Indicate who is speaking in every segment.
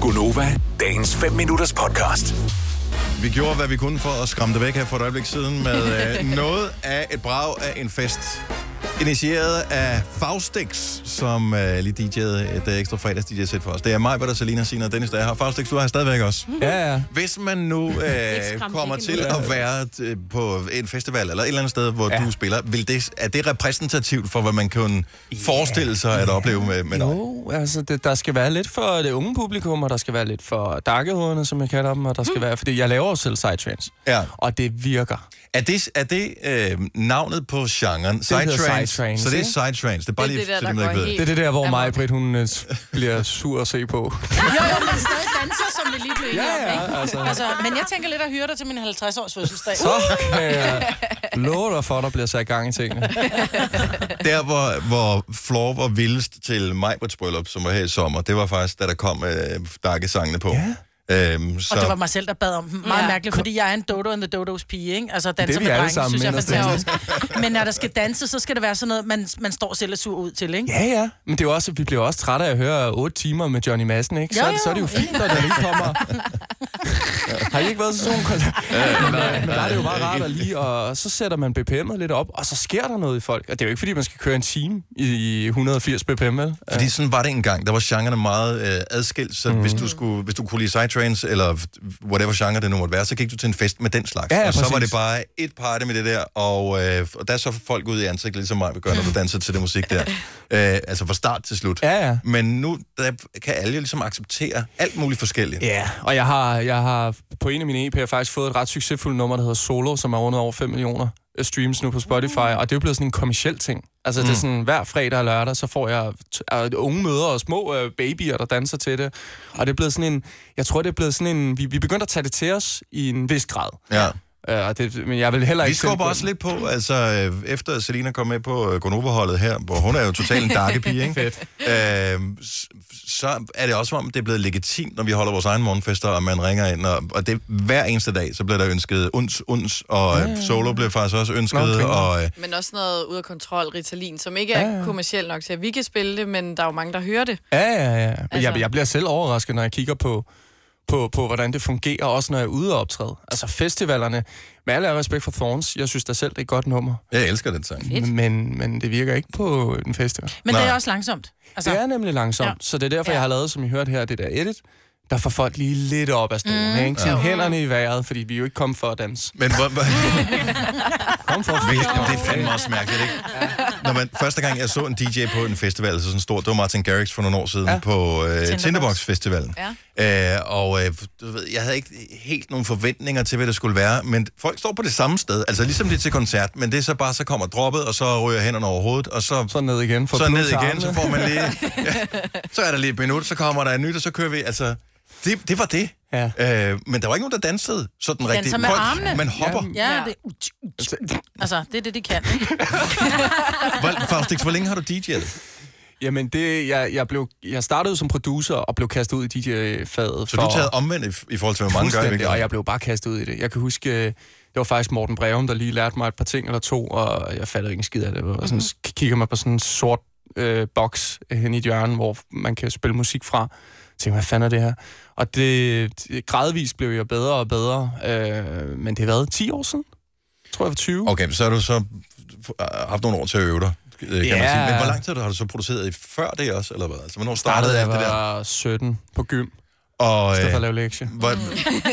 Speaker 1: Gunova, dagens 5 minutters podcast.
Speaker 2: Vi gjorde, hvad vi kunne for at skræmme dig væk her for et øjeblik siden med øh, noget af et brag af en fest. Initieret af Faustix, som øh, lige DJ'ede et øh, ekstra fredags DJ-sæt for os. Det er mig, der Selina, Sina og Dennis, der er her. Faustix, du er her stadigvæk også.
Speaker 3: Ja, ja.
Speaker 2: Hvis man nu øh,
Speaker 4: skræmt
Speaker 2: kommer
Speaker 4: væk
Speaker 2: til
Speaker 4: endnu.
Speaker 2: at være øh, på en festival eller et eller andet sted, hvor ja.
Speaker 3: Ja.
Speaker 2: du spiller, vil det, er det repræsentativt for, hvad man kan forestille sig at opleve med, med dig?
Speaker 3: Jo, altså, det, der skal være lidt for det unge publikum, og der skal være lidt for darkehovederne, som jeg kalder dem, og der skal være, fordi jeg laver jo selv sidetrans.
Speaker 2: Ja.
Speaker 3: Og det virker.
Speaker 2: Er det, er det øh, navnet på genren?
Speaker 3: hedder
Speaker 2: Sidetrans?
Speaker 3: sidetrans,
Speaker 2: Så det er
Speaker 3: ikke?
Speaker 2: sidetrans. Det er bare
Speaker 4: Det er
Speaker 2: lige,
Speaker 4: det der,
Speaker 2: så
Speaker 4: der
Speaker 2: dem, ikke
Speaker 4: går
Speaker 2: ved
Speaker 4: helt
Speaker 3: Det er det der, hvor
Speaker 4: Jamen.
Speaker 3: mig, Britt, hun øh, bliver sur at se på.
Speaker 5: Jo, jo, men stadig danser, som vi lige blev enige
Speaker 3: Ja,
Speaker 5: om,
Speaker 3: ja,
Speaker 5: ikke?
Speaker 3: altså. uh.
Speaker 5: Altså, men jeg tænker lidt at hyre dig til min 50-års fødselsdag.
Speaker 3: Så kan jeg love dig for, at der bliver sat gang i tingene.
Speaker 2: Der, hvor, hvor Floor var vildest til Majbrits bryllup, som var her i sommer, det var faktisk, da der kom øh, Darke-sangene på. Ja. Øhm, så,
Speaker 5: Og det var mig selv, der bad om dem. Meget
Speaker 4: Ja.
Speaker 5: ja. mærkeligt, fordi jeg er en Dodo and the Dodos pige, ikke? Altså, danser
Speaker 3: Det er vi
Speaker 5: med
Speaker 3: alle
Speaker 5: drenge,
Speaker 3: sammen,
Speaker 5: synes jeg er
Speaker 3: inderst
Speaker 5: fantastisk. Men når der skal danse, så skal det være sådan noget, man, man står selv og sur ud til, ikke?
Speaker 3: Ja, ja. Men det er jo også, vi bliver også trætte af at høre 8 timer med Johnny Madsen, ikke? Så,
Speaker 5: Jo,
Speaker 3: er det- så er det jo
Speaker 5: jo.
Speaker 3: fint, når der lige kommer... Har I ikke været til sådan nogle koncerter? Men, øh, men der er det jo bare rart at lige, og så sætter man BPM'et lidt op, og så sker der noget i folk. Og det er jo ikke, fordi man skal køre en time i 180 BPM, vel?
Speaker 2: fordi sådan var det engang. Der var genrerne meget øh, adskilt, så mm. hvis,
Speaker 3: Mhm.
Speaker 2: du skulle, hvis du kunne lide sidetrains, eller whatever genre det nu måtte være, så gik du til en fest med den slags.
Speaker 3: Ja, ja,
Speaker 2: og så var
Speaker 3: præcis.
Speaker 2: det bare et party med det der, og, øh, og der så folk ud i ansigtet, ligesom mig vil gøre, når du danser til det musik der. øh, altså fra start til slut.
Speaker 3: Ja, ja.
Speaker 2: Men nu der kan alle jo ligesom acceptere alt muligt forskelligt.
Speaker 3: Ja, og jeg har, jeg har på en af mine EP'er faktisk fået et ret succesfuldt nummer, der hedder Solo, som er rundet over 5 millioner øh, streams nu på Spotify,
Speaker 2: Mm.
Speaker 3: og det er jo blevet sådan en kommersiel ting. Altså, mm. det er sådan, hver fredag og lørdag, så får jeg t- øh, unge mødre og små øh, babyer, der danser til det. Og det er blevet sådan en, jeg tror, det er blevet sådan en, vi, vi begyndte at tage det til os i en vis grad.
Speaker 2: Ja.
Speaker 3: Øh, og det, men jeg vil heller
Speaker 2: Vi
Speaker 3: ikke...
Speaker 2: skubber
Speaker 3: tilbyde-
Speaker 2: også lidt på, altså øh, efter Selina kom med på øh, Gonova-holdet her, hvor hun er jo totalt en darkepige, ikke? Øhm, s- så er det også som om, det er blevet legitimt, når vi holder vores egen morgenfester, og man ringer ind, og, og det hver eneste dag, så bliver der ønsket uns, uns, og øh, solo bliver faktisk også ønsket,
Speaker 3: Nå,
Speaker 2: og øh,
Speaker 4: Men også noget ud af kontrol, Ritalin, som ikke er ja. kommersielt nok til, at vi kan spille det, men der er jo mange, der hører det.
Speaker 3: Ja, ja, ja. Men altså...
Speaker 4: Altså-
Speaker 3: jeg, jeg bliver selv overrasket, når jeg kigger på, på, på, hvordan det fungerer, også når jeg er ude og optræde. Altså festivalerne, med alle respekt for Thorns, jeg synes da selv, det er et godt nummer.
Speaker 2: jeg elsker den sang.
Speaker 4: Fedt.
Speaker 3: Men, men det virker ikke på en festival.
Speaker 5: Men det
Speaker 2: Nej.
Speaker 5: er også langsomt. Altså,
Speaker 3: Det er nemlig langsomt, ja.
Speaker 5: Ja.
Speaker 3: så det er derfor,
Speaker 5: Ja.
Speaker 3: jeg har lavet, som I hørte her, det der edit, der får folk lige lidt op af stolen, mm. ikke? Sådan hænderne i vejret, fordi vi er jo ikke kommet for at danse.
Speaker 2: Men hvor, hvor,
Speaker 3: Kom for at
Speaker 2: Hvilket, det er fandme også mærkeligt, ikke? Når man, første gang, jeg så en DJ på en festival, altså sådan stor, det var Martin Garrix for nogle år siden ja. på øh, Tinderbox-festivalen. Ja. Øh, og øh, du ved, jeg havde ikke helt nogen forventninger til, hvad det skulle være, men folk står på det samme sted, altså ligesom det er til koncert, men det er så bare, så kommer droppet, og så ryger hænderne over hovedet, og så...
Speaker 3: Så ned igen. For
Speaker 2: så ned igen, så får man lige... Ja, så er der lige et minut, så kommer der et nyt, og så kører vi, altså... Det, det var det.
Speaker 3: Ja.
Speaker 2: Øh, men der var ikke nogen, der dansede sådan
Speaker 5: danser
Speaker 2: rigtigt.
Speaker 5: med
Speaker 2: Folk-
Speaker 5: armene.
Speaker 2: Man hopper. Ja.
Speaker 5: Ja,
Speaker 4: Ja.
Speaker 5: det, altså, det er det, de kan. ikke?
Speaker 2: Hvor, Faustix, hvor længe har du DJ'et?
Speaker 3: Jamen, det, jeg, jeg, blev, jeg startede som producer og blev kastet ud i DJ-faget.
Speaker 2: Så du har taget omvendt i, i forhold til, hvor mange gør,
Speaker 3: Fuldstændig,
Speaker 2: ikke?
Speaker 3: og jeg blev bare kastet ud i det. Jeg kan huske, øh, det var faktisk Morten Breum, der lige lærte mig et par ting eller to, og jeg fattede ikke en skid af det. Og sådan,
Speaker 2: Mhm.
Speaker 3: mm-hmm. kigger mig på sådan en sort øh, boks hen i et hjørne, hvor man kan spille musik fra. Jeg tænkte, hvad fanden er det her? Og det, det- gradvist blev jeg bedre og bedre, øh, men det har været 10 år siden. Jeg tror, jeg var 20.
Speaker 2: Okay, men så har du så øh, haft nogle år til at øve dig, øh, kan man
Speaker 3: Ja.
Speaker 2: sige. Men hvor lang tid har du så produceret i før det også, eller hvad? Altså, hvornår startede
Speaker 3: startede jeg
Speaker 2: alt det der?
Speaker 3: var 17 på gym,
Speaker 2: Og,
Speaker 3: i stedet for at
Speaker 2: øh,
Speaker 3: lave lektier.
Speaker 2: var,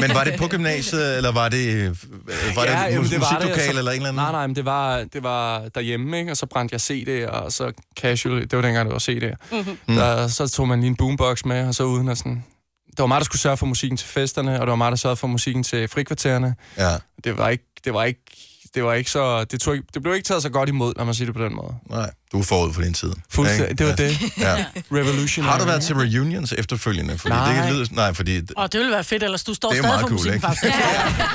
Speaker 2: men var det på gymnasiet, eller var det, øh, var det
Speaker 3: jamen,
Speaker 2: mus-
Speaker 3: det var det,
Speaker 2: musiklokale
Speaker 3: altså.
Speaker 2: eller en eller anden?
Speaker 3: Nej, nej, men det var, det var derhjemme, ikke? og så brændte jeg CD, og så casual, det var dengang, det var CD.
Speaker 2: Mhm.
Speaker 3: Mm-hmm. Der, så tog man lige en boombox med, og så uden at sådan... Det var mig, der skulle sørge for musikken til festerne, og det var mig, der sørgede for musikken til frikvartererne.
Speaker 2: Ja,
Speaker 3: Det var ikke, det var ikke, det var ikke så... Det, tog, ikke- det blev ikke taget så godt imod, når man siger det på den måde.
Speaker 2: nej. Du er forud for din tid.
Speaker 3: Fuldstændig.
Speaker 2: Ikke?
Speaker 3: Det var
Speaker 2: Ja.
Speaker 3: det.
Speaker 2: Ja.
Speaker 3: Revolution.
Speaker 2: Har du været til reunions efterfølgende? Fordi
Speaker 3: Nej.
Speaker 2: Det kan lyde, nej, fordi... d-
Speaker 5: Og det ville være fedt, ellers du står
Speaker 2: Det er
Speaker 5: stadig
Speaker 2: meget
Speaker 5: for
Speaker 2: cool,
Speaker 5: musikken,
Speaker 2: ikke?
Speaker 5: faktisk.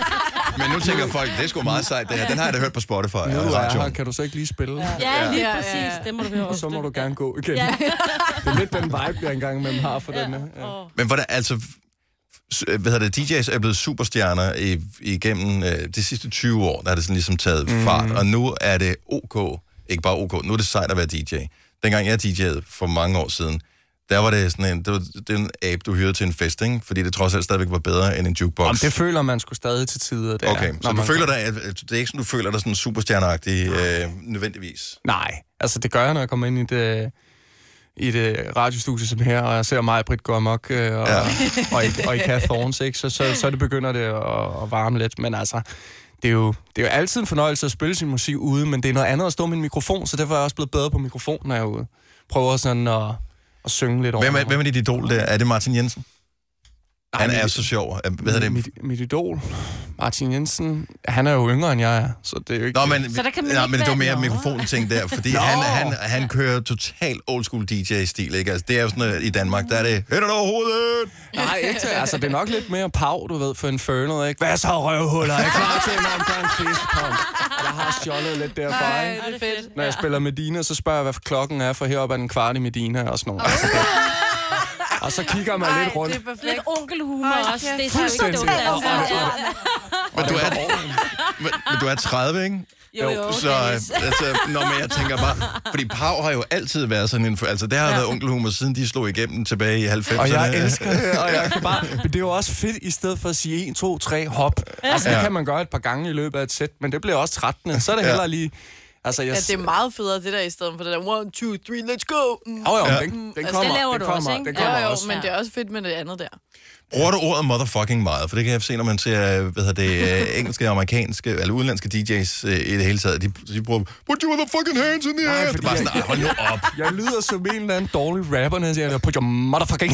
Speaker 2: Men nu tænker folk, det er sgu meget sejt det her. Den har jeg da hørt på Spotify.
Speaker 3: Nu
Speaker 2: og
Speaker 3: er jeg her,
Speaker 2: radioen.
Speaker 3: kan du så ikke lige spille?
Speaker 6: Ja, lige
Speaker 4: Ja, ja,
Speaker 6: præcis.
Speaker 4: ja.
Speaker 6: Det må du høre
Speaker 3: Og
Speaker 6: ofte.
Speaker 3: så må du gerne gå igen.
Speaker 6: Ja.
Speaker 3: Det er lidt den vibe, jeg engang imellem har for den her. Ja.
Speaker 2: Men hvordan, altså, f- s- øh, hvad hedder det, DJ's er blevet superstjerner i, igennem øh, de sidste 20 år, der har det sådan ligesom taget mm. fart, og nu er det OK, ikke bare OK, nu er det sejt at være DJ. Dengang jeg DJ'ede for mange år siden, der var det sådan en, det var, det var en abe, du hyrede til en fest, ikke? Fordi det trods alt stadigvæk var bedre end en jukebox.
Speaker 3: Om det føler man skulle stadig til tider. Det
Speaker 2: Okay,
Speaker 3: er, når
Speaker 2: så du
Speaker 3: man-
Speaker 2: føler dig, at at det er ikke sådan, du føler dig sådan superstjerneagtig øh, nødvendigvis.
Speaker 3: Nej, altså det gør jeg, når jeg kommer ind i det i et øh, radiostudie som her, og jeg ser mig, Britt, gå amok, øh, og, ja. og, i, og i Kath Thorns, ikke? Så, så, så det begynder det at, at varme lidt. Men altså, det er, jo, det er jo altid en fornøjelse at spille sin musik ude, men det er noget andet at stå med en mikrofon, så derfor er jeg også blevet bedre på mikrofon, når jeg er ude. Prøver sådan at, at synge lidt over.
Speaker 2: Hvem er, hvem er dit idol der? Er det Martin Jensen?
Speaker 3: Ej,
Speaker 2: Han
Speaker 3: mit-
Speaker 2: er så sjov. Øh, Hvad hedder det?
Speaker 3: Mit, mit idol, Martin Jensen, han er jo yngre, end jeg er, så det er jo ikke...
Speaker 2: Nå, men,
Speaker 6: Så der kan man
Speaker 2: nej,
Speaker 6: ikke
Speaker 2: men det
Speaker 6: være
Speaker 2: var mere
Speaker 6: noget.
Speaker 2: mikrofonting der, fordi han, han, han kører total old school DJ-stil, ikke? Altså, det er jo sådan, øh, i Danmark, der er det, hænder dig over hovedet!
Speaker 3: Nej, ikke til. Altså, det er nok lidt mere pav, du ved, for Inferno, ikke? Hvad så, røvhuller? Er I klar til, når jeg gør en fistpump? Jeg har stjålet lidt derfra,
Speaker 4: Nej,
Speaker 3: ikke?
Speaker 4: det er fedt.
Speaker 3: Når jeg spiller Medina, så spørger jeg, hvad klokken er, for heroppe er den kvart i Medina og sådan noget. Altså, det- og så kigger man lidt rundt.
Speaker 4: det er perfekt.
Speaker 6: Lidt onkelhumor
Speaker 4: Ej,
Speaker 6: også.
Speaker 4: kæft.
Speaker 6: Det er så jo ikke dumt.
Speaker 3: Fuldstændig.
Speaker 6: altså.
Speaker 3: Og- og- og-
Speaker 6: Ja.
Speaker 2: Men du, er, men, men du er 30, ikke?
Speaker 6: Jo, jo.
Speaker 2: Så, øh, altså, nå, men jeg tænker bare, fordi Pau har jo altid været sådan en, altså, det har ja. været onkelhumor, siden de slog igennem tilbage i 90'erne.
Speaker 3: Og jeg elsker det, og jeg kan bare... Men det er jo også fedt, i stedet for at sige 1, 2, 3, hop. Altså, det
Speaker 2: Ja.
Speaker 3: kan man gøre et par gange i løbet af et sæt, men det bliver også trættende. Så er det hellere lige... Altså, jeg...
Speaker 4: Ja, det er meget federe, det der, i stedet for det der, one, two, three, let's go. Mm.
Speaker 3: Jo, jo, den, den
Speaker 6: det
Speaker 3: kommer,
Speaker 6: laver
Speaker 3: den
Speaker 6: du
Speaker 3: kommer,
Speaker 6: også, ikke?
Speaker 3: den
Speaker 4: Jo,
Speaker 3: kommer
Speaker 4: jo,
Speaker 3: også.
Speaker 4: men det er også fedt med det andet der.
Speaker 2: Bruger du ordet motherfucking meget? For det kan jeg se, når man ser, øh, hvad hedder det, øh, engelske, amerikanske, eller udenlandske DJ's øh, i det hele taget. De, de bruger, put your motherfucking hands in the air. Nej,
Speaker 3: Nej,
Speaker 2: det er
Speaker 3: fordi
Speaker 2: bare
Speaker 3: jeg-
Speaker 2: sådan, "Ej, hold nu op.
Speaker 3: Jeg lyder som en eller anden dårlig rapper, når jeg siger, put your motherfucking...